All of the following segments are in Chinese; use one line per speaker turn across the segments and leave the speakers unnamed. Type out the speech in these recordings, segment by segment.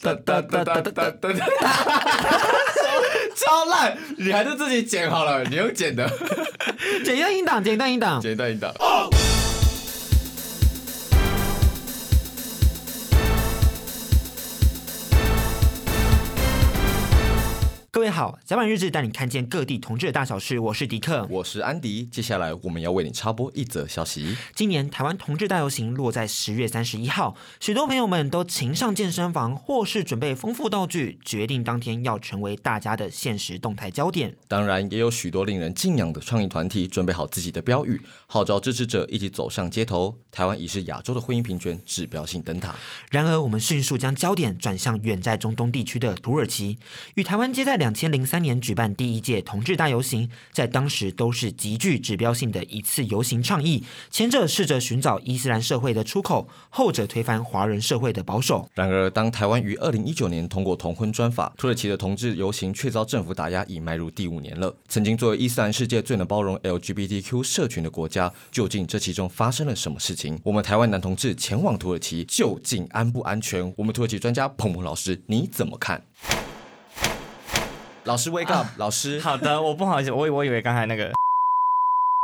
哒哒哒哒哒哒哒 哒，超烂！你还是自己剪好了，你用剪的，
简单音档，简单音档。
剪一段一段。
各位好，甲板日志带你看见各地同志的大小事，我是迪克。
我是安迪，接下来我们要为你插播一则消息。
今年台湾同志大游行落在十月三十一号，许多朋友们都勤上健身房，或是准备丰富道具，决定当天要成为大家的现实动态焦点。
当然，也有许多令人敬仰的创意团体准备好自己的标语，号召支持者一起走上街头。台湾已是亚洲的婚姻平权指标性灯塔。
然而，我们迅速将焦点转向远在中东地区的土耳其，与台湾接在两千零三年举办第一届同志大游行，在当时都是极具指标性的一次游行倡议。前者试着寻找伊斯兰社会的出口，后者推翻华人社会的保守。
然而，当台湾于二零一九年通过同婚专法，土耳其的同志游行却遭政府打压，已迈入第五年了。曾经作为伊斯兰世界最能包容 LGBTQ 社群的国家，究竟这其中发生了什么事情？我们台湾男同志前往土耳其究竟安不安全？我们土耳其专家鹏鹏老师，你怎么看？老师 wake up，、老师，
好的，我不好意思，我以我以为刚才那个。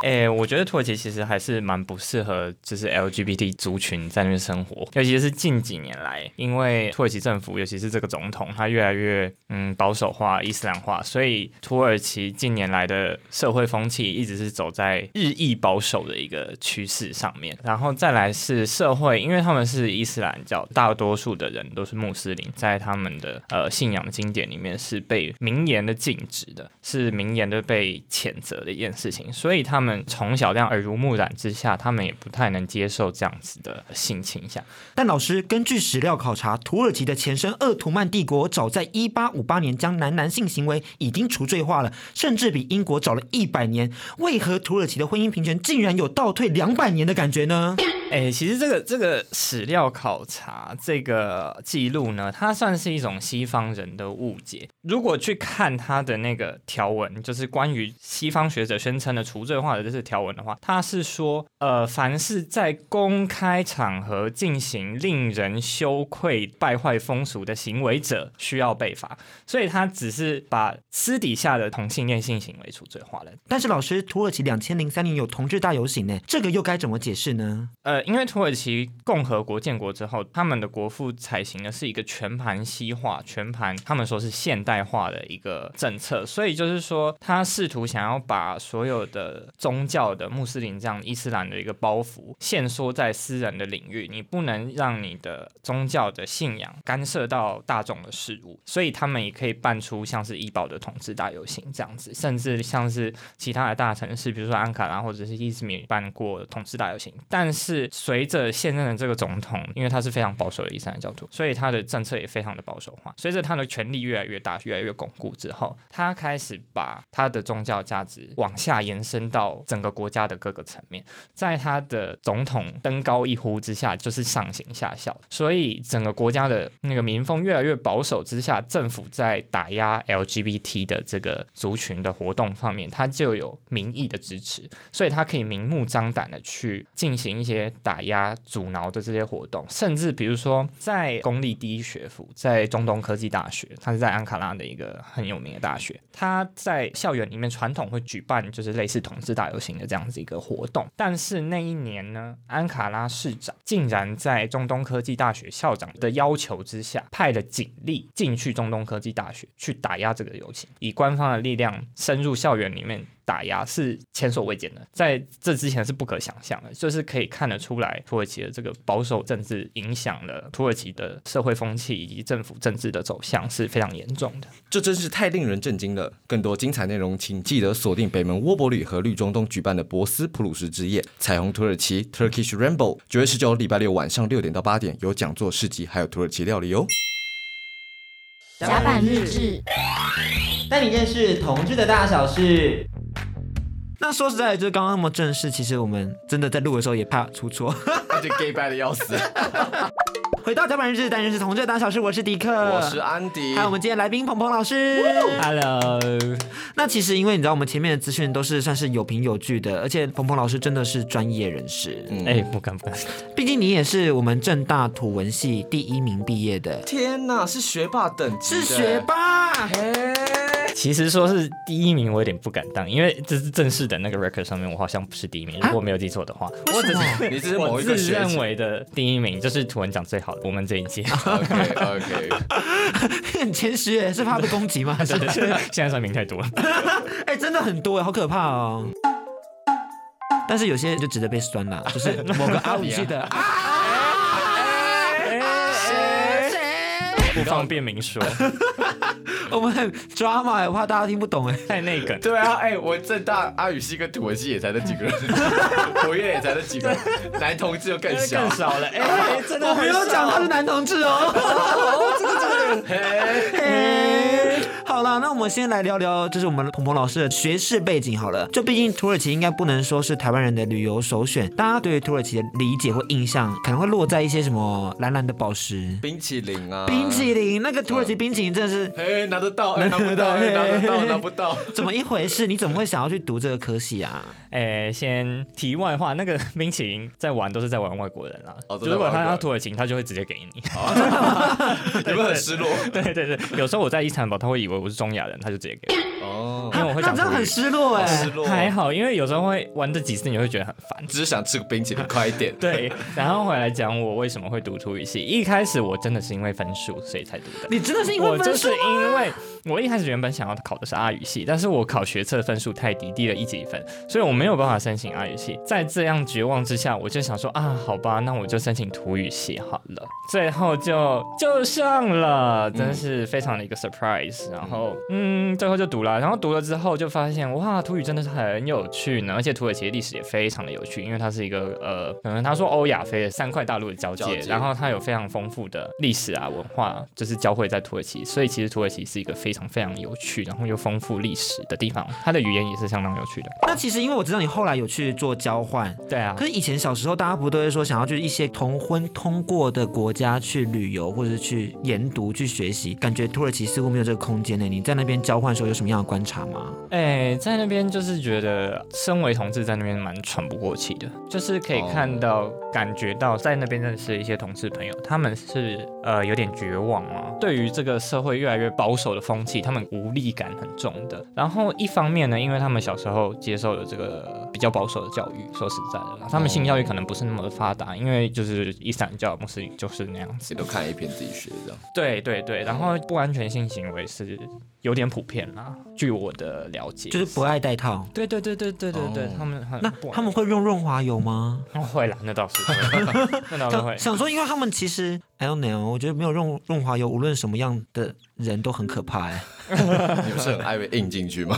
哎、我觉得土耳其其实还是蛮不适合，就是 LGBT 族群在那边生活，尤其是近几年来，因为土耳其政府，尤其是这个总统，他越来越嗯保守化、伊斯兰化，所以土耳其近年来的社会风气一直是走在日益保守的一个趋势上面。然后再来是社会，因为他们是伊斯兰教，大多数的人都是穆斯林，在他们的呃信仰经典里面是被明言的禁止的，是明言的被谴责的一件事情，所以他们从小这样耳濡目染之下，他们也不太能接受这样子的性倾向。
但老师根据史料考察，土耳其的前身鄂图曼帝国早在一八五八年将男男性行为已经除罪化了，甚至比英国早了一百年。为何土耳其的婚姻平权竟然有倒退两百年的感觉呢？
哎、其实这个这个史料考察这个记录呢，它算是一种西方人的误解。如果去看它的那个条文，就是关于西方学者宣称的除罪化的这些条文的话，它是说，呃，凡是在公开场合进行令人羞愧、败坏风俗的行为者，需要被罚。所以它只是把私底下的同性恋性行为除罪化了。
但是老师，土耳其两千零三年有同志大游行呢，这个又该怎么解释呢？
呃，因为土耳其共和国建国之后，他们的国父采行的是一个全盘西化、全盘他们说是现代化的一个政策，所以就是说，他试图想要把所有的宗教的穆斯林这样伊斯兰的一个包袱限缩在私人的领域，你不能让你的宗教的信仰干涉到大众的事物，所以他们也可以办出像是医保的统治大游行这样子，甚至像是其他的大城市，比如说安卡啊拉或者是伊兹密尔办过同志大游行，但是随着现任的这个总统，因为他是非常保守的伊斯兰教徒，所以他的政策也非常的保守化。随着他的权力越来越大、越来越巩固之后，他开始把他的宗教价值往下延伸到整个国家的各个层面。在他的总统登高一呼之下，就是上行下效，所以整个国家的那个民风越来越保守之下，政府在打压 LGBT 的这个族群的活动方面，他就有民意的支持，所以他可以明目张胆的去进行一些打压、阻挠的这些活动，甚至比如说在公立第一学府，在中东科技大学，它是在安卡拉的一个很有名的大学，它在校园里面传统会举办就是类似同志大游行的这样子一个活动，但是那一年呢，安卡拉市长竟然在中东科技大学校长的要求之下，派了警力进去中东科技大学去打压这个游行，以官方的力量深入校园里面打压是前所未见的，在这之前是不可想象的，就是可以看得出来，土耳其的这个保守政治影响了土耳其的社会风气以及政府政治的走向是非常严重的。
这真是太令人震惊了！更多精彩内容，请记得锁定北门窝伯里和绿中东举办的博斯普鲁斯之夜——彩虹土耳其 （Turkish Rainbow）。九月十九，礼拜六晚上六点到八点有讲座、市集，还有土耳其料理哦。
甲板日志，
带你认识同志的大小事。那说实在，就是刚刚那么正式，其实我们真的在录的时候也怕出错。
那就 gay 掰的要死。
回到甲板日志，单人是同志的大小事，我是迪克，
我是安迪，
还有我们今天来宾鹏鹏老师。
Hello，
那其实因为你知道，我们前面的资讯都是算是有凭有据的，而且鹏鹏老师真的是专业人士，
嗯
哎、不敢不敢，
毕竟你也是我们正大土文系第一名毕业的，
天哪，是学霸等级，
是学。霸。
哎，
其实说是第一名，我有点不敢当，因为这是正式的那个 record 上面，我好像不是第一名，
啊
如果没有记错的话，
为
我
什
只
么
是
你只是某
我
一个
自
学
认
期
为的第一名，就是图文奖最好的，我们这一 届。
OK OK，
很谦虚耶，是怕被攻击吗？还是
对对对现在算命太多了，
哎、真的很多耶，好可怕哦。但是有些就值得被酸啦，就是某个阿五系的啊，
不方便 明说，
我们很 drama，耶我怕大家听不懂哎。
太内 梗。
对啊，哎、我正大阿语系跟土文系也才那几 个人，国乐也才那几个人，男同志就更 小
更。少了，哎、真的
我没有讲他是男同志 哦。
嘿
嘿好了，那我们先来聊聊，就是我们鹏鹏老师的学士背景好了。就毕竟土耳其应该不能说是台湾人的旅游首选，大家对于土耳其的理解或印象可能会落在一些什么蓝蓝的宝石、
冰淇淋
呃
啊，
冰淇淋，那个土耳其冰淇淋真的是。
嘿，拿得到，拿不到，
嘿
嘿拿得到，拿不到。
怎么一回事？你怎么会想要去读这个科系啊？
哎、先题外话，那个冰淇淋在玩都是在玩外国人啦。
哦都在玩
如果
外
他
国人
要土耳其，他就会直接给你。
有没有很失落？
对对对，有时候我在伊斯坦堡，他会以为我是中亚人，他就直接给我。
哦，
因为我会
那
讲
这样
土
很
语。
失落哎、
失落。
还好，因为有时候会玩这几次，你会觉得很 烦。
只是想吃个冰淇淋，快一点。
对，然后回来讲我为什么会读土语系。一开始我真的是因为分数，所以才读的。
你真的是因
我
为
就
分
是
数吗？
因为我一开始原本想要考的是阿语系，但是我考学测分数太低，低了一级分，所以我没有办法申请阿语系。在这样绝望之下，我就想说啊，好吧，那我就申请土语系好了。最后就就上了，真是非常的一
嗯
个 surprise。然后嗯，最后就读了，然后读了之后就发现哇，土语真的是很有趣呢，而且土耳其的历史也非常的有趣，因为它是一个呃，可能他说欧亚非三块大陆的交界，
交界
然后。然后它有非常丰富的历史啊文化，就是交汇在土耳其，所以其实土耳其是一个非常非常有趣，然后又丰富历史的地方。它的语言也是相当有趣的。
那其实因为我知道你后来有去做交换，
对啊
可，是以前小时候，大家不都会说想要去一些同婚通过的国家去旅游，或者是去研读、去学习？感觉土耳其似乎没有这个空间呢。你在那边交换的时候有什么样的观察吗？
哎，在那边就是觉得身为同志在那边蛮喘不过气的，就是可以
哦
看到、感觉到在那边认识一些同志朋友，他们是呃有点绝望啊，对于这个社会越来越保守的风气，他们无力感很重的。然后一方面呢，因为他们小时候接受了这个比较保守的教育，说实在的啦，他们性教育可能不是那么的发达，因为就是伊斯兰教穆斯林就是那样子
自己。都看 A 片，自己学这样。
对对对，然后不安全性行为是有点普遍啦，据我的了解，
就是不爱戴套。
对对对对对对对，
哦
他们很
那
不
他们会用润滑油吗？
哦 会啦，那倒是会，那倒是会
想。想说，因为他们其实 I don't know，我觉得没有用润滑油，无论什么样的人都很可怕哎。
你们是很爱被印进去吗？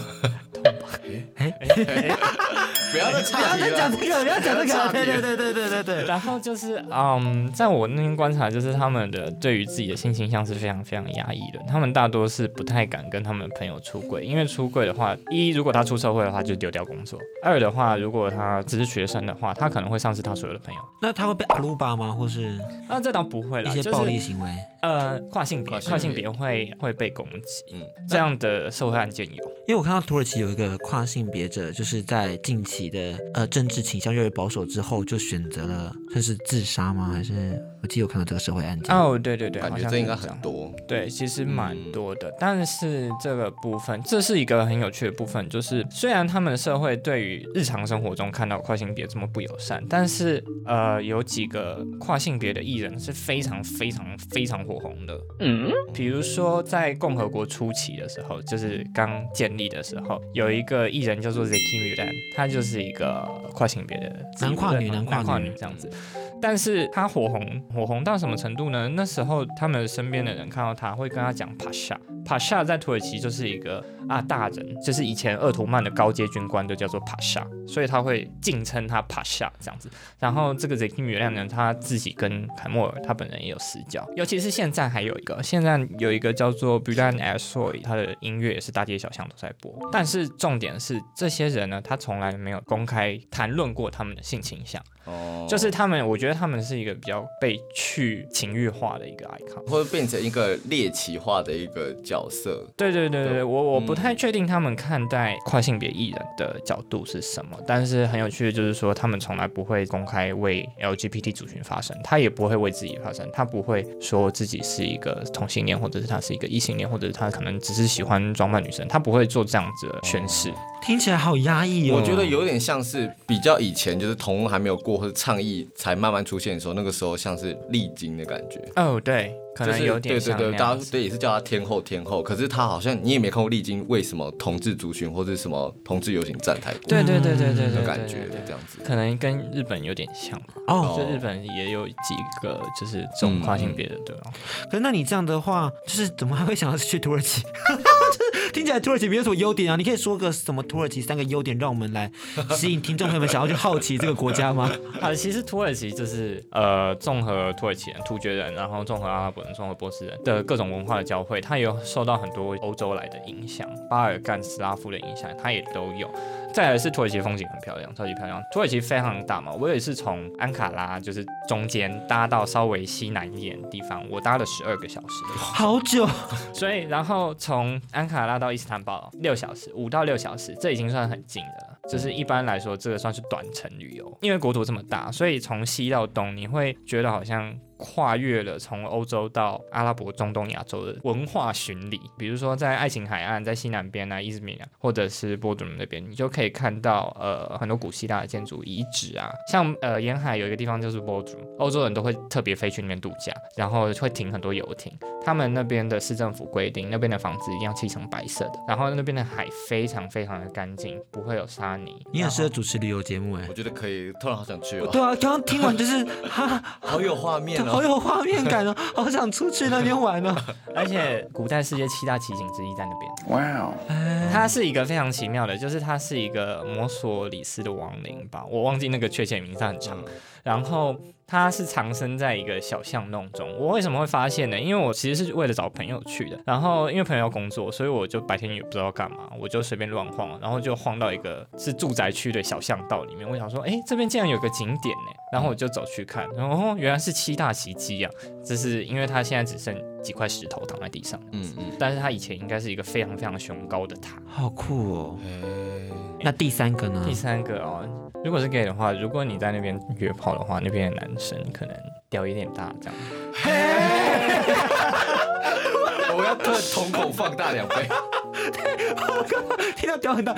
不要再
不
岔
要
题
再
了
啊
讲这。个，不要讲这
差
个。
别
对对对对对对对。
然后就是，嗯，在我那边观察，就是他们的对于自己的性倾向是非常非常压抑的。他们大多是不太敢跟他们朋友出柜，因为出柜的话，一如果他出社会的话就丢掉工作；二的话，如果他只是学生的话，他可能会丧失他所有的朋友。
那他会被阿鲁巴吗？或是
那、啊这倒不会啦，
一些
就
暴力
是
行为？
呃跨性
跨
别，
性别
跨性别会会被攻击，
嗯，
这样的社会案件有。
因为我看到土耳其有一个跨性别者，就是在近期的呃政治倾向越来越保守之后，就选择了算是自杀吗？还是我记得有看到这个社会案件。
哦，对对对，
嗯感
好
觉
像
这
是
应该
这样
很多。
对，其实蛮多的，但是这个部分，这是一个很有趣的部分，就是虽然他们的社会对于日常生活中看到跨性别这么不友善，但是呃，有几个跨性别的艺人是非常非常非常火红的，
嗯，
比如说在共和国初期的时候，就是刚建立的时候，有一个艺人叫做 Zeki Mulan，他就是一个跨性别的
男跨女
男
男跨女
跨女这样子。但是他火红，火红到什么程度呢？那时候他们身边的人看到他会跟他讲帕夏，帕夏在土耳其就是一个啊大人，就是以前鄂图曼的高阶军官都叫做帕夏，所以他会敬称他帕夏这样子。然后这个 Zeki 米亮呢，他自己跟凯莫尔他本人也有私交，尤其是现在还有一个，现在有一个叫做 Bulan a s o y 他的音乐也是大街小巷都在播。但是重点是，这些人呢，他从来没有公开谈论过他们的性倾向，
哦
就是他们，我觉得他们是一个比较被去情欲化的一个 icon。
会变成一个猎奇化的一个角色。
对对对对，
对
我我不
嗯
太确定他们看待跨性别艺人的角度是什么，但是很有趣的就是说，他们从来不会公开为 LGBT 族群发声，他也不会为自己发声，他不会说自己是一个同性恋，或者是他是一个异性恋，或者是他可能只是喜欢装扮女生，他不会做这样子的宣示。
听起来好压抑哦。
我觉得有点像是比较以前，就是同婚还没有过或者倡议才慢慢出现的时候，那个时候像是历经的感觉，
哦，对，可
就
能
是
有点
对
像
对
那
对，大
样
家
子
对也是叫他天后天后，可是他好像你也没看过历经为什么同志族群或者什么同志游行站台过
对对对对对对
的
对，
感觉
对对
这样子。
可能跟日本有点像吧，
哦，
就日本也有几个就是这种跨性别的对吧？
可是那你这样的话，就是怎么还会想要去土耳其？ 就是听起来土耳其没有什么优点啊，你可以说个什么土耳其三个优点，让我们来吸引听众朋友们想要去好奇这个国家 吗？
啊，其实土耳其就是呃，综合土耳其人、突厥人，然后综合阿拉伯人、综合波斯人的各种文化的交汇，它也有受到很多欧洲来的影响，巴尔干斯拉夫的影响，它也都有。再来是土耳其风景很漂亮，超级漂亮。土耳其非常大嘛，我也是从安卡拉就是中间搭到稍微西南一点的地方，我搭了十二个小时的
好久，
所以，然后从安卡拉到伊斯坦堡六小时，五到六小时，这已经算很近的了。就是一般来说，这个算是短程旅游，因为国土这么大，所以从西到东，你会觉得好像跨越了从欧洲到阿拉伯、中东、亚洲的文化巡礼。比如说在爱琴海岸，在西南边啊，伊兹密尔啊，或者是波杜姆那边，你就可以看到呃很多古希腊的建筑遗址啊，像呃沿海有一个地方就是波杜姆，欧洲人都会特别飞去那边度假，然后会停很多游艇。他们那边的市政府规定，那边的房子一定要漆成白色的，然后那边的海非常非常的干净，不会有沙泥。
你很适合主持旅游节目哎
我。觉得可以，突然好想去哦，
对啊，刚刚听完就是哈，
好有画面
好
哦。
有画面感哦，好想出去那边玩哦。
而且古代世界七大奇景之一在那边，
Wow.
它是一个非常奇妙的，就是它是一个摩索里斯的亡灵吧，我忘记那个确切名字它很长。然后它是藏身在一个小巷弄中。我为什么会发现呢？因为我其实是为了找朋友去的。然后因为朋友要工作，所以我就白天也不知道干嘛，我就随便乱晃，然后就晃到一个是住宅区的小巷道里面。我想说，哎，这边竟然有个景点呢，然后我就走去看，然后哦原来是七大奇迹啊！这是因为它现在只剩几块石头躺在地上，
嗯嗯，
但是它以前应该是一个非常非常雄高的塔。
好酷哦。
嗯
那第三个呢
第？三个哦，如果是 gay 的话，如果你在那边约炮的话，那边的男生可能屌有点大，这样。
我要突然瞳孔放大两倍。
听到屌很大，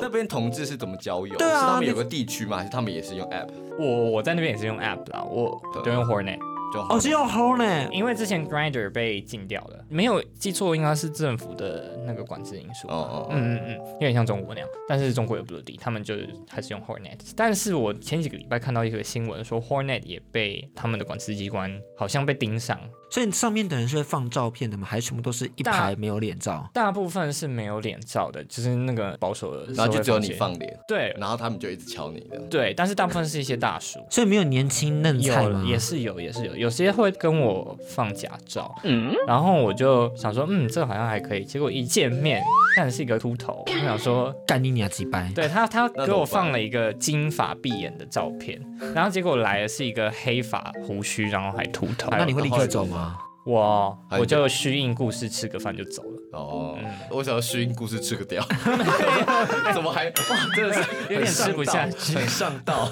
那边同志是怎么交友？
对啊
是他们有个地区吗？还是他们也是用 app？
我我在那边也是用 app 啦，我都用 Hornet，
就好
哦，是用 hole 呢。
因为之前 Grinder 被禁掉了，没有记错应该是政府的那个管制因素吧。
哦哦哦
嗯嗯嗯，有点像中国那样，但是中国有不落地，他们就是还是用 Hornet。但是我前几个礼拜看到一个新闻说 Hornet 也被他们的管制机关好像被盯上，
所以上面的人是会放照片的吗？还是全部都是一
大
排没有脸照？
大部分是没有脸照的，就是那个保守的，
然后就只有你。放脸，
对
然后他们就一直敲你的。
对，但是大部分是一些大叔。
所以没有年轻嫩菜吗
有？也是有，也是有，有些会跟我放假照，嗯，然后我就想说，嗯，这好像还可以。结果一见面，看是一个秃头，我想说，
干你娘几掰。
对他，他
那
给
怎么
我放
办
了一个金发碧眼的照片，然后结果来的是一个黑发胡须，然后还秃头。
那你会立
然后
刻
也
走吗？
我
还有
我就虚应故事，吃个饭就走了，
哦，
嗯
我想要虚应故事吃个 掉，怎么还哇？真的是
有点吃不下去。
很上道。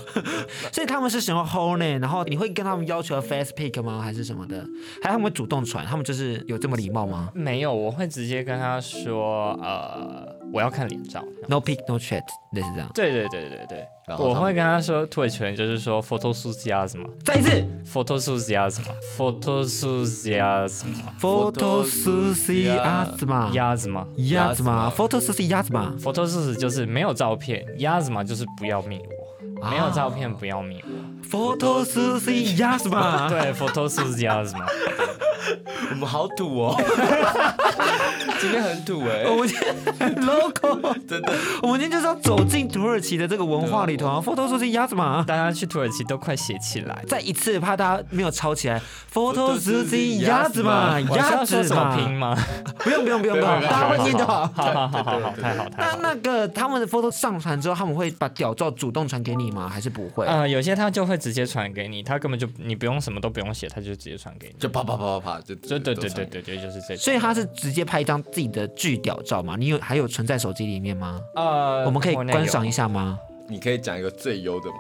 所以他们是什么 hole 呢？然后你会跟他们要求 face pick 吗？还是什么的？还是他们会主动传？他们就是有这么礼貌吗
没有，我会直接跟他说，呃，我要看脸照。
？No pick, no chat，类似这样。
对对对对对，
然后
我
他
会
们
跟他说，土耳其人就是说 photo s u s i a s m
再一次
photo s u s i a s m photo s u s i a s m
，photo susi asma
鸭子吗
鸭子嘛，photo susi 鸭子嘛。
？photo s u s 就是没有照片，鸭子嘛就是不要命我，没有照片不要命我。
photo susi 鸭子嘛。
啊对，photo s u s i a s m
我们好土哦，今天很土哎、
我们今天 local，
真的。
我们今天就是要走进土耳其的这个文化里头啊。Photo 说是鸭子嘛，
大家去土耳其都快写起来。
再一次怕大家没有抄起来。Photo
Photo
是
Suzy
鸭子嘛，
我是
鸭
要说
子
怎么拼
嘛，
吗？
不用不用不用不
对
用，
对对
大家会念的好。
好好好好好，太好太
那
好。
那个他们的 photo 上传之后，他们会把屌照主动传给你吗？还是不会？
呃，有些他就会直接传给你，他根本就你不用什么都不用写，他就直接传给你。
就啪啪啪啪啪，就
对对对
都
对
上
对对，就是这种。
所以他是直接拍一张自己的巨屌照嘛？你有还有存在手机里面吗？
呃，
哦我们可以
国内有
观赏一。下吗？
你可以讲一个最优的吗？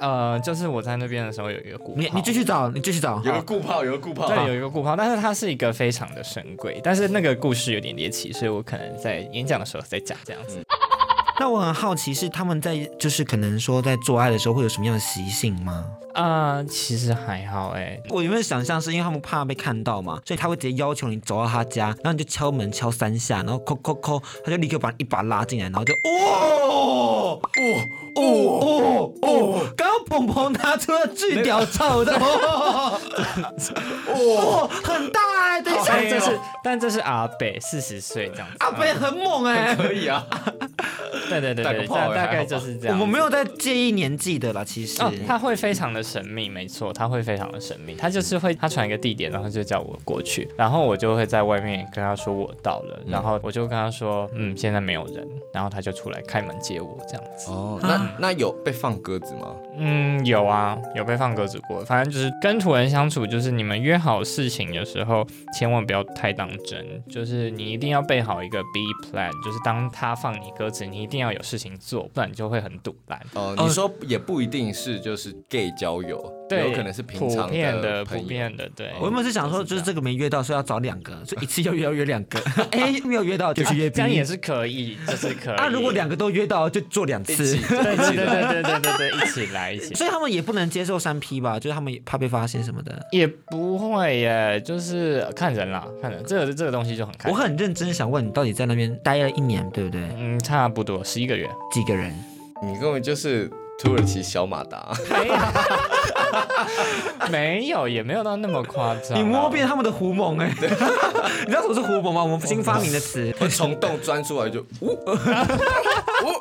呃，就是我在那边的时候有一个鼓
你
泡
你继续找，你继续找。
有个固炮，有个固炮，
对，有一个故泡，但是它是一个非常的神贵，但是那个故事有点猎奇，所以我可能在演讲的时候再讲这样子。
那我很好奇，是他们在就是可能说在做爱的时候会有什么样的习性吗？
啊、其实还好哎、
我原本想象是因为他们怕被看到嘛，所以他会直接要求你走到他家，然后你就敲门敲三下，然后扣扣扣，他就立刻把你一把拉进来，然后就哦哦哦哦哦，刚刚鹏鹏拿出了巨屌照的，哦，哦很大哎，等一下，
但这是但这是阿北四十岁这样子。
阿北很猛哎。
可以 啊。
对对对
打个
对，
炮
大
哎
大
还好
概
吧
就是这
我
样子。
们没有在介意年纪的啦，其实。
哦，他会非常的神秘，没错，他会非常的神秘。他就是会，他传一个地点，然后就叫我过去，然后我就会在外面跟他说我到了，然后我就跟他说，嗯，现在没有人，然后他就出来开门接我这样子。
哦，那那有被放鸽子吗？
嗯，有啊，有被放鸽子过，反正就是跟土人相处，就是你们约好事情的时候，千万不要太当真，就是你一定要备好一个 B plan，就是当他放你鸽子，你一定要有事情做，不然你就会很堵烂。
哦，你说也不一定是就是 gay 交友，
对，
有可能是平
普
常
遍的、普
朋友。
遍的，对。
我原本哎是想说，就是这个没约到，所以要找两 个，所以一次要约要约两个。 哎、没有约到就去约 B。
这样也是可以，就是可以。
啊，如果两个都约到，就做两次。
对对对对对对对对，一起来一 起。
所以他们也不能接受三 P 吧，就是他们也怕被发现什么的。
也不会耶，就是看人啦，看人，这个这个东西就很看
我
人。
很认真想问你，到底在那边待了一年，对不对？
嗯，差不多十一个月。
几个人？
你根本就是土耳其小马达，
没有，没有，也没有到那么夸张啊。
你摸遍他们的狐獴哎、 你知道什么是狐獴吗？我们新发明的 词。
我从洞钻出来就 呜呜，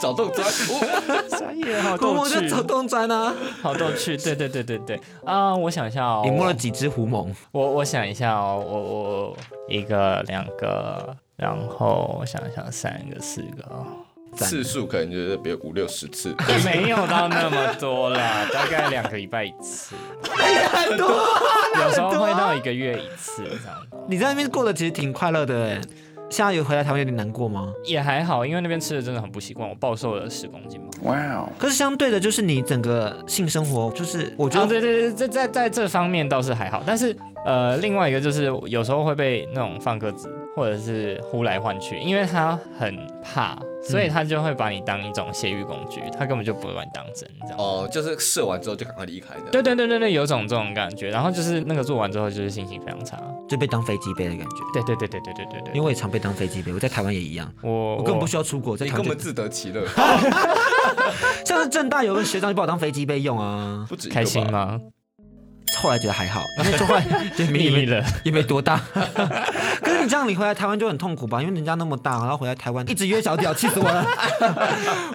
找洞钻呜，
专业，好
狐
逗
獴就
趣
走，东钻啊！
好逗趣。对对对对对。啊，我想一下哦。
你摸了几只狐獴？
我我想一下哦，我我我一个两个，然后我想一想三个四个哦。
次数可能就是比如五六十次。
也没有到那么多啦，大概两个礼拜一次，
哎很多。
有时候会到一个月一次这样。
你在那边过得其实挺快乐的哎、现在有回来台湾有点难过吗？
也还好，因为那边吃的真的很不习惯，我暴瘦了十公斤嘛。
可是相对的，就是你整个性生活，就是我觉
啊，
得
对对对，在在在这方面倒是还好，但是呃，另外一个就是有时候会被那种放鸽子或者是呼来唤去，因为他很怕，所以他就会把你当一种泄欲工具，他根本就不会把你当真这样。
哦，就是射完之后就赶快离开的。
对对对对对，有种这种感觉，然后就是那个做完之后就是心情非常差。
就被当飞机杯的感觉。
对对对对对对对对，
因为我也常被当飞机杯，我在台湾也一样。
我
哦我根本不需要出国，在
你
台
根
湾就
本自得其乐，
像是正大有个学长就把我当飞机杯用啊，
不止一个吧
开心？吗？
后来觉得还好，因为就后来就没 也
腻
没
了。
也没多大。 可是你这样，你回来台湾就很痛苦吧？因为人家那么大，然后回来台湾一直约小屌，气死我了！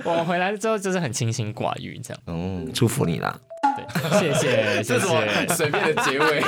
我回来之后就是很清心寡欲这样。
嗯，
祝福你啦。
对，谢谢
这是
谢
什么
谢。
随便的结尾？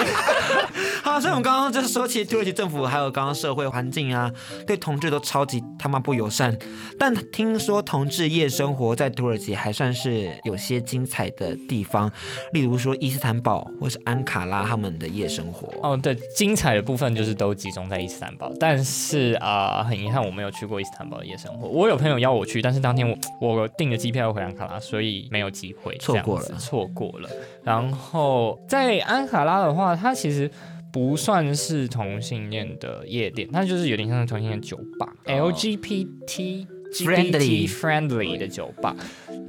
好，所以我们刚刚就是说，其实土耳其政府还有刚刚社会环境啊，对同志都超级他妈不友善。但听说同志夜生活在土耳其还算是有些精彩的地方，例如说伊斯坦堡或是安卡拉他们的夜生活。
哦，对，精彩的部分就是都集中在伊斯坦堡，但是啊、很遗憾我没有去过伊斯坦堡的夜生活。我有朋友要我去，但是当天我我订了机票要回安卡拉，所以没有机会，
错过了
这样子错过了。然后在安卡拉的话，它其实。不算是同性恋的夜店，它就是有点像是同性恋酒吧、l g b t
哦 Friendly
LGBT friendly 的酒吧。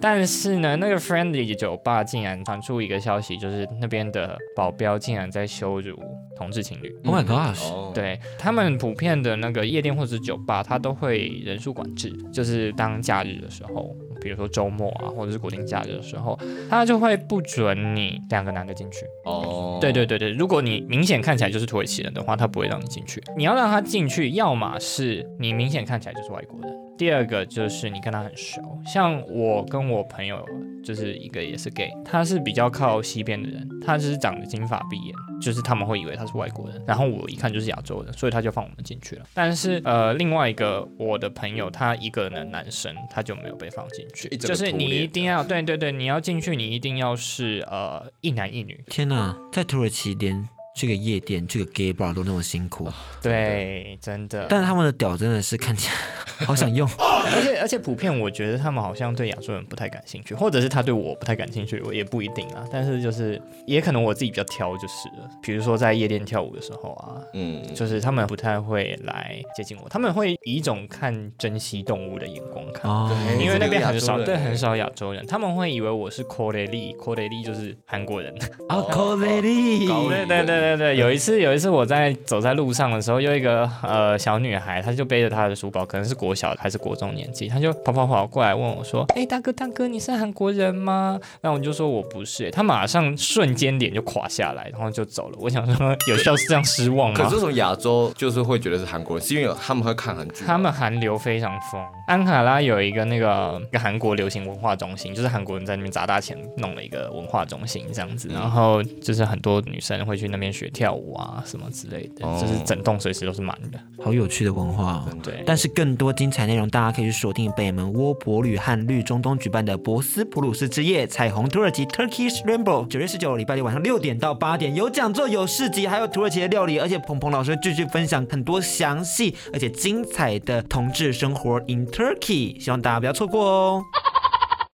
但是呢，那个 friendly 酒吧竟然传出一个消息，就是那边的保镖竟然在羞辱同志情侣。
Oh my gosh！
哦，
对他们普遍的那个夜店或者是酒吧，它都会人数管制，就是当假日的时候，比如说周末啊，或者是国定假日的时候，他就会不准你两个男的进去。
哦，
对对对对，如果你明显看起来就是土耳其人的话，他不会让你进去。你要让他进去，要么是你明显看起来就是外国人，第二个就是你跟他很熟。像我跟我朋友就是一个也是 gay，他是比较靠西边的人，他是长着金发碧眼，就是他们会以为他是外国人，然后我一看就是亚洲人，所以他就放我们进去了。但是呃，另外一个我的朋友他一个人男生他就没有被放进去，
就一整
就
个
是
土
你
脸
一定要对对对，你要进去你一定要是呃一男一女。
天哪，在土耳其连这个夜店、这个 gay bar 都那么辛苦，
对，真的。
但他们的屌真的是看起来好想用。
而且而且普遍，我觉得他们好像对亚洲人不太感兴趣，或者是他对我不太感兴趣，我也不一定啊。但是就是也可能我自己比较挑，就是了。比如说在夜店跳舞的时候啊，
嗯，
就是他们不太会来接近我，他们会以一种看珍稀动物的眼光看。
哦，
对
因为那边很少，
这个亚洲人
对，很少亚洲人，他们会以为我是 k o r e l i k o r e l i 就是韩国人，
啊 c o l a d y
高
对对对对对，有一次有一次我在走在路上的时候，有一个呃小女孩，她就背着她的书包，可能是国小还是国中年纪，她就跑跑跑过来问我说：“哎、大哥大哥，你是韩国人吗？”然后我就说我不是、欸，她马上瞬间脸就垮下来，然后就走了。我想说有需要这样失望
可
吗
是？为什么亚洲就是会觉得是韩国人？是因为有他们会看韩剧吗，
他们韩流非常疯，安卡拉有一个那个一个韩国流行文化中心，就是韩国人在那边砸大钱弄了一个文化中心这样子，然后就是很多女生会去那边学跳舞啊什么之类的，
哦
就是整栋随时都是满的。
好有趣的文化哦。
对，
但是更多精彩内容，大家可以去锁定北门窝博旅和绿中东举办的博斯普鲁斯之夜彩虹土耳其 Turkish Rainbow，九月十九礼拜六晚上六点到八点，有讲座，有市集，还有土耳其的料理，而且鹏鹏老师会继续分享很多详细而且精彩的同志生活 in Turkey，希望大家不要错过哦。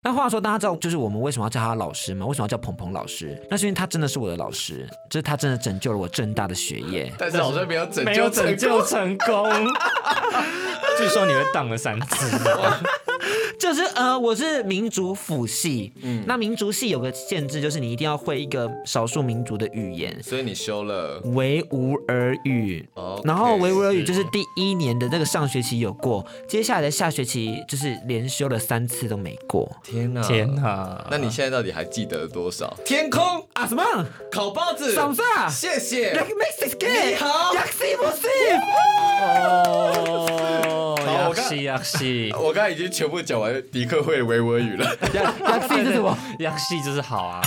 那话说，大家知道就是我们为什么要叫他老师吗？为什么要叫鹏鹏老师？那是因为他真的是我的老师，就是他真的拯救了我正大的学业。
但是好像没有拯救，
没有拯救成功。据说你会荡了三次，
就是呃，我是民族辅系，嗯，那民族系有个限制，就是你一定要会一个少数民族的语言。
所以你修了。
维吾尔语
OK
然后维吾尔语就是第一年的这个上学期有过，接下来的下学期就是连修了三次都没过。
天哪！
天！哪！
那你现在到底还记得多少？天空
啊什么？
烤包子，
什么啊
谢
那
谢
个。Mexican
你好
亚西不是？
哦，
好
亚
我刚
西亚西
我刚才已经全部讲完迪克会维吾尔语 了，
亚西是什么？
亚西就是好啊，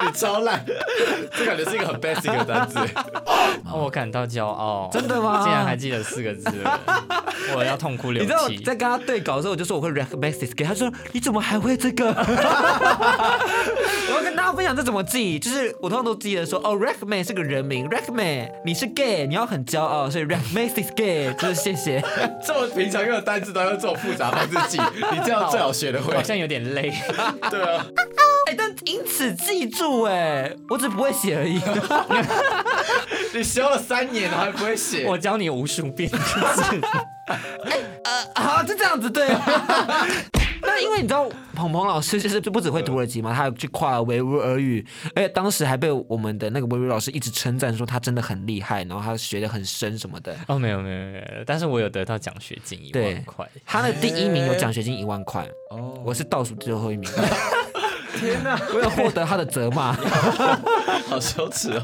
你超烂，这感觉是一个很 basic 的 单词。
哦我感到骄傲。
真的吗
竟然还记得四个字了，我要痛哭流
你知道我
涕。
在跟他对稿的时候，我就说我会 r e c o m m e n d this 给他说你怎么还会这个？ 我要跟大家分享这怎么记，就是我通常都记得说哦 r e c o m m e n d 是个人名 r e c o m m e n d 你是 gay，你要很骄傲，所以 r e c o m m e n d this gay 就是谢谢。
这么平常用的单词都要用这种复杂方式 记，你这样最好学得会
我好。像有点 累，
对啊，
哎、但因此记住哎，我只不会写而已。
你修了三年了还不会写，
我教你无数遍，就是
好，啊就这样子对。 那因为你知道，鹏鹏老师就是不只会土耳其嘛，他还去跨了维吾尔语，而且当时还被我们的那个维吾尔老师一直称赞说他真的很厉害，然后他学得很深什么的。
哦，没有没有没有没有，但是我有得到奖学金一
对
万块，
他的第一名有奖学金一万块，我是倒数最后一名。天哪！我有获得他的责骂。
好羞耻哦。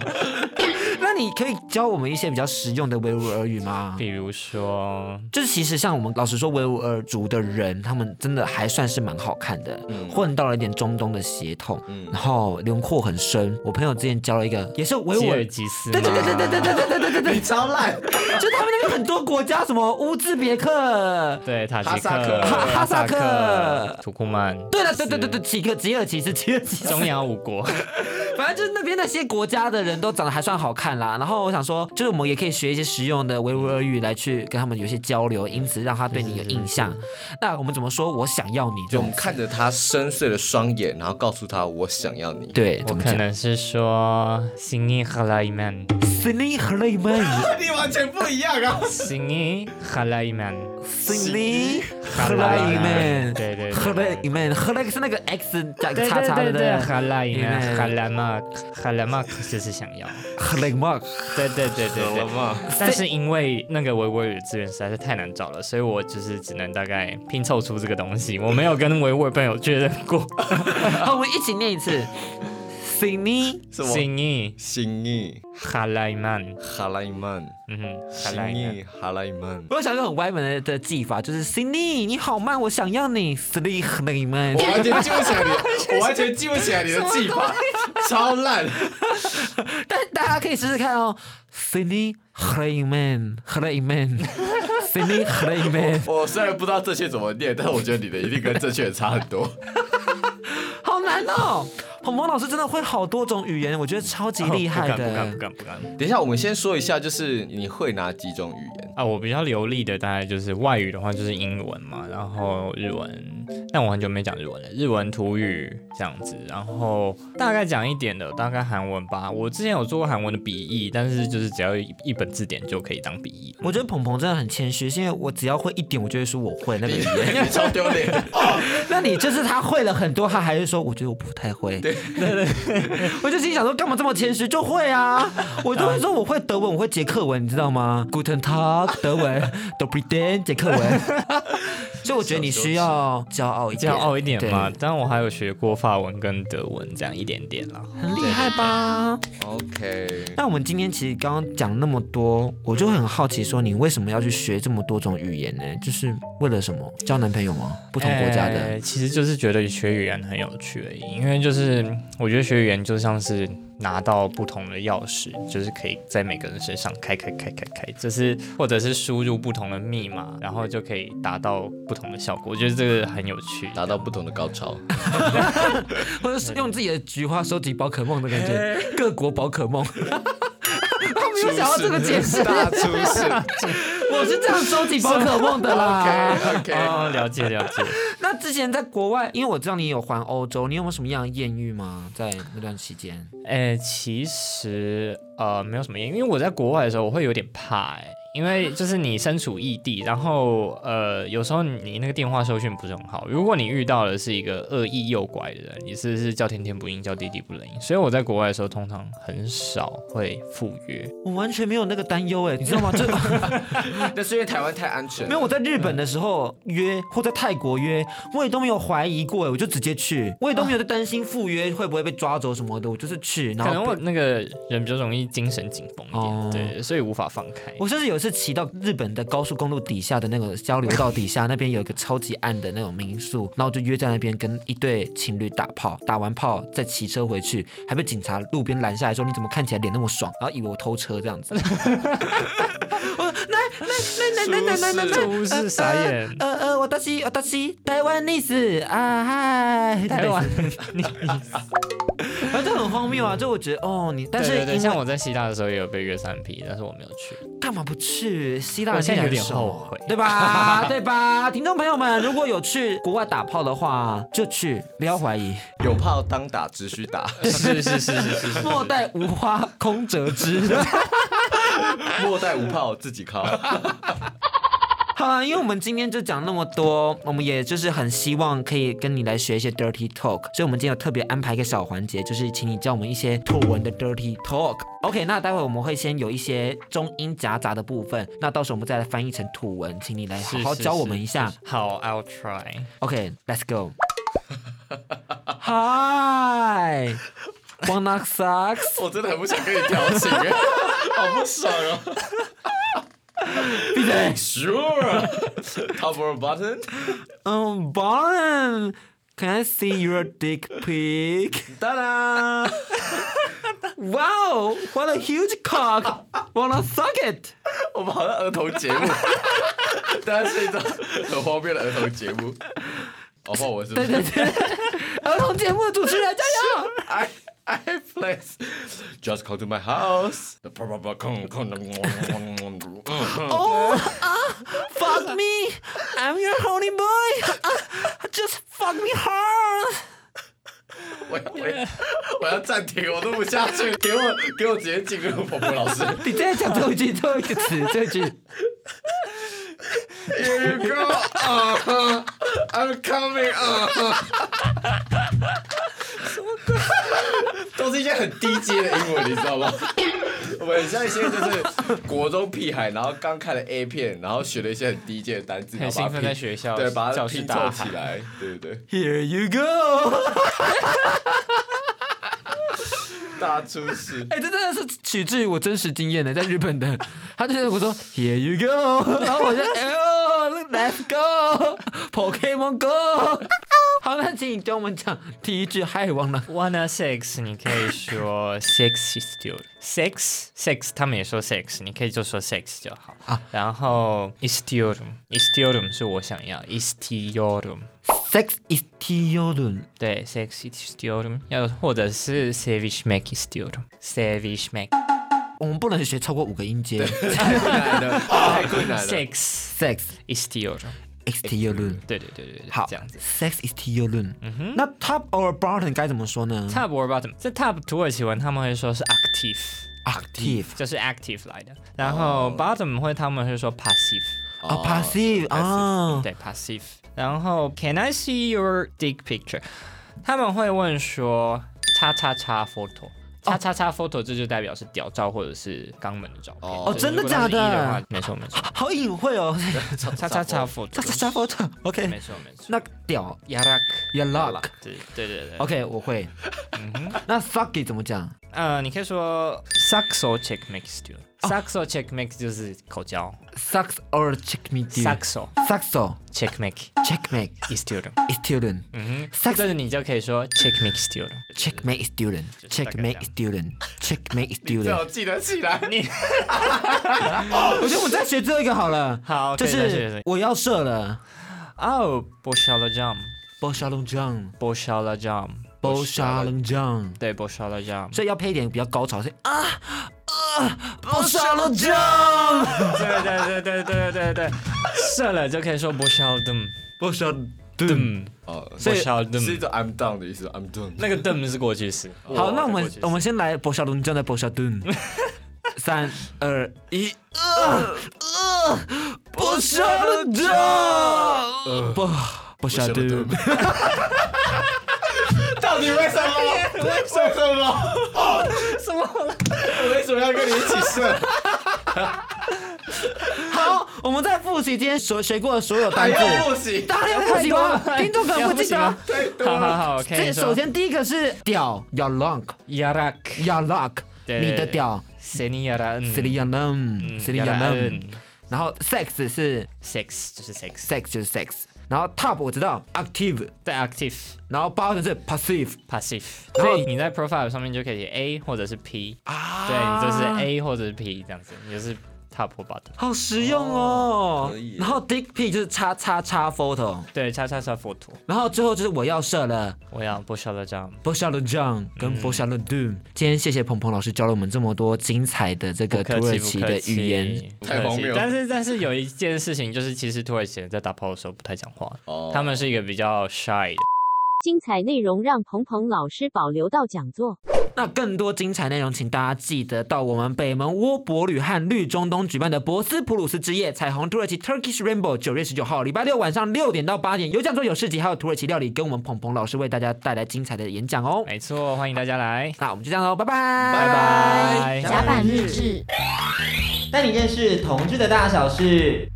那你可以教我们一些比较实用的维吾尔语吗？
比如说
就是其实像我们老实说，维吾尔族的人，他们真的还算是蛮好看的，混到了一点中东的血统，然后轮廓很深。我朋友之前交了一个也是维
吉
吾
尔
尔。
吉斯，
对对对对对对对对对对对对，
你超烂，
就是他们那边很多国家，什么乌兹别克，
对，塔吉克、
哈萨克
哈哈萨克
土库曼，
对了对对对对，几个吉尔吉斯，吉尔吉斯，
中亚五国。
反正就是那边那些国家的人都长得还算好看啦。然后我想说，就是我们也可以学一些实用的维吾尔语来去跟他们有一些交流，因此让他对你有印象。那我们怎么说我想要你这
就我
种
们？看着他深邃的双眼，然后告诉他我想要你。
对，
我
怎么
可
讲？
能是说 singing halaiman
斯尼和雷曼，
你完全不一样啊！
singing halaiman
斯尼赫拉伊曼，
对对对
赫拉伊曼，赫拉是那个 X 加一个
对
叉
对
叉的
对
那
对，
个，
哈拉伊曼
因为
哈拉马哈拉马就是想要，
赫拉马，
对对对对对。
嘛，
但是因为那个维吾尔语资源实在是太难找了，所以我就是只能大概拼凑出这个东西。我没有跟维吾尔朋友确认过。
好，我们一起念一次。s i n i
什么？
心意
心意
哈拉伊曼，
哈莱曼，
嗯哼，哈拉
心
伊曼。
意哈莱曼。
我有想一个很歪门的的技法，就是 s i n i 你好慢，我想要你 s l e e p 你们
我。完全记不起来 你，我完全记不起来你的技法， 超烂。
但大家可以试试看哦 s i n i h l e m a n h l e m a n s i n i h l e m a n
我虽然不知道这些怎么念，但我觉得你的一定跟正确的差很多。
好难哦。彭彭老师真的会好多种语言，我觉得超
哦
级厉害
不敢不
的。
敢不敢不敢
等一下，我们先说一下，就是你会哪几种语言？
啊！我比较流利的大概就是外语的话就是英文嘛，然后日文，但我很久没讲日文了，日文、土语这样子，然后大概讲一点的大概韩文吧。我之前有做过韩文的笔译，但是就是只要一一本字典就可以当笔译了。
我觉得彭彭真的很谦虚，是因为我只要会一点，我就会说我会那个语言。
你超丢脸。
那你就是他会了很多，他还是说我觉得我不太会。对对对， 我就心想说干嘛这么谦虚，就会 啊，我就会说我会德文，我会捷克文，你知道吗？Guten Tag，德文 d o b r i d e n 捷 克文。所以我觉得你需要骄傲一
这
点，
样傲一点嘛
对，，
但我还有学过法文跟德文，这样一点点啦。
很厉害吧？
OK，
那我们今天其实刚刚讲那么多，我就很好奇，说你为什么要去学这么多种语言呢？就是为了什么？交男朋友吗？不
不
同国家的？
其实就是觉得学语言很有趣而已。因为就是我觉得学语言就像是拿到不同的钥匙，就是可以在每个人身上开开开开开，就是或者是输入不同的密码，然后就可以达到不同的效果。我觉得这个很有趣。
达到不同的高潮。
或者是用自己的菊花收集宝可梦的感觉，各国宝可 梦。他没有想要这个解释，
大出事。
我是这样收集宝可梦 的啦。
啊 OK，
哦，了解了解。
那之前在国外，因为我知道你有环欧洲，你有没有什么样的艳遇吗？在那段期间，
哎、其实呃没有什么因因为我在国外的时候我会有点怕哎、因为就是你身处异地，然后呃有时候你那个电话收讯不是很好，如果你遇到的是一个恶意诱拐的人，你是不是叫天天不应，叫地地不灵？所以我在国外的时候通常很少会赴约。
我完全没有那个担忧哎，你知 道吗？这
那是因为台湾太安全
没有我在日本的时候约，或在泰国约，我也都没有怀疑过哎，我就直接去，我也都没有在担心赴约会不会被抓走什么的，我就是去，然
可
后
能
被
我那个人比较容易精神紧绷一点，
哦
对，所以无法放开。
我甚至有一次骑到日本的高速公路底下的那个交流道底下，那边有一个超级暗的那种民宿，然后我就约在那边跟一对情侣打炮，打完炮再骑车回去，还被警察路边拦下来说你怎么看起来脸那么爽，然后以为我偷车这样子。我 说那那那那那那那那
出事 傻眼。
呃呃，我达西我达西台湾历史啊嗨台湾， 然后就很荒谬啊，就我觉得哦你，但
但
是
是
因
像
为
我在希腊的时候也有被约三 P，但是我没有去。
干嘛不去希腊？
我现在有
人
点
家
后悔
对吧？ 对吧？听众朋友们，如果有去国外打炮的话，就去，不要怀 疑，
有炮当打，只需打。
是是是是是是。
莫待无花空折枝。
莫待无炮，自己靠。
好了，因为我们今天就讲那么多，我们也就是很希望可以跟你来学一些 dirty talk，所以我们今天有特别安排一个小环节，就是请你教我们一些土文的 dirty talk。OK，那待会我们会先有一些中英夹杂的部分，那到时候我们再来翻译成土文，请你来好好教我们一下。
好，I'll try。
OK，let's、go。Hi，王纳萨克 斯，
我真的很不想跟你调情，欸好不爽哦。
闭 嘴。
Sure. Top or button?
嗯，Baron，Can I see your dick pic？
当然。
Wow, what a huge cock! Wanna suck it?
我们好像儿童节目，大家是一种很荒谬的儿童节目。哦，换我是不
对
是？
对对，儿童节目的主持人加油！
I I play. Just come to my house.
Fuck me, I'm your honey boy. 啊 Just fuck me hard.
我要我要我要暂停，我都不下去，给我给我直接进入婆婆老师。
你再讲最后一句，最后一个词，最后一句。
Here you go. Uh-huh. I'm coming 啊！什么鬼？都是一些很低阶的英文，你知道 吗？我们很像一些就是国中屁孩，然后刚看了 A 片，然后学了一些很低阶的单字，
很
然后把
兴
它
奋
拼
在学校
对，把它
教室
拼
大
凑
喊
起来，对不对？
Here you go！
大出师，
哎、这真的是取自于我真实经验的，在日本的，他就是我说 Here you go，然后 我就哎呦 Let's go，Pokemon Go。好， 那请你跟我们讲第一句嗨王呢？
Wanna sex，你可以 说 sex is still sex sex，他们也说 sex，你可以就说 sex 就好啊。然后 istiorum istiorum 是我想要 istiorum，
Sex is t i o d u n
对 sex istiorum，要或者是 savage make istiorum savage make
我们不能学超过五个音阶。
太困难了，太困 难了。
sex
Sex
istiorum，
is t i o d u n
对对对对对，
好，
这样子。
Sex is t i o d u n 那 top or bottom 该怎么说呢
Top or bottom，在 top 土耳其文他们会说是 active，
？Active
就是 active 来的。然后 bottom 会他们会说 passive。
啊，passive 啊，
对，passive。然后 Can I see your dick picture？他们会问说叉叉叉 photo。叉叉叉 photo，这就代表是屌照或者是肛门的照片。
哦
对
真的
如果它
假
是
的
一话没错没错，
好隐晦哦。
叉叉叉 photo，
这这这 photo，OK，
没错没错。
那屌
亚拉克，
y o u luck。
对对对对。
OK，我会。那 sucky 怎么讲？
呃，你可以说 saxo check mix d u saxo check mix 就是口 交
Sucks or check me do
，saxo
Saxo
check make
check me
is d u d
is student
嗯哼，
Saxo-
这是你就可以说 check mix d u d
check me is student check me is student check me is
最好
student。
记得起来，
你
我觉得我再学这个好了。
好
就
可以再学这
是
个
我要射了。
哦 b o s h a l a jam。
波沙龙酱，
b o s h a l a jam，
波沙龙酱，
对 b o s h a l a jam，
所以要配一点比较高潮，所以啊啊，波沙龙酱，
对 对对对对对对，射了就可以说 b o s h a l d u m
波沙
d u m
哦，
b o s h a l d u
是一
m
种 I'm done 的意思，I'm done。
那个 d u m 是过去式。
好，那我们我
们
们先来波小龙，酱，再波小 盾。三二一，波小龙酱，波波呃小盾。
到底为什么？为什么？
什么？
我为什么要跟你一起射？
好，我们再复习今天所学过的所有
还
单字。
要复习？
大家要复习吗？听众可哎能不啊记得。
太多
好好
了。
好，OK。
这首先第一个是屌 y o u r long
，yarak
y o u r luck，
对
你的屌
seni yaran
s i l i y a n u m
嗯
s i l i y a n u m
yaran
然后 sex 是
sex 就是 sex，
sex 就是 sex，然后 top 我知道 active，
对 active
然后 bottom 是 passive。
passive，
然后
所以你在 profile 上面就可以写 A 或者是 P，
啊
对你就是 A 或者是 P 这样子，你就是 top 或 bottom。
好实用哦。
可以耶
然后 dick pic 就是叉叉叉 photo，
对，叉叉叉 photo，
然后最后就是我要射了
我要 b o s h a l a jam。
b o s h a l o John 跟
嗯
b o s h a l o Doom。今天谢谢鹏鹏老师教了我们这么多精彩的这个
不
土
客
耳
气
其
不
的
客
语言。
气，不客气
太荒谬了
但是但是有一件事情就是，其实土耳其人在打炮的时候不太讲话，
哦
他们是一个比较 shy 的。
精彩内容让鹏鹏老师保留到讲座。
那更多精彩内容，请大家记得到我们北门窝博旅和绿中东举办的博斯普鲁斯之夜彩虹土耳其 Turkish Rainbow，九月十九号礼拜六晚上六点到八点有讲座有市集，还有土耳其料理，跟我们鹏鹏老师为大家带来精彩的演讲哦。
没错，欢迎大家来，
那我们就这样喽，拜拜，
拜
拜
拜。
甲板日志。
带你认识同志的大小事。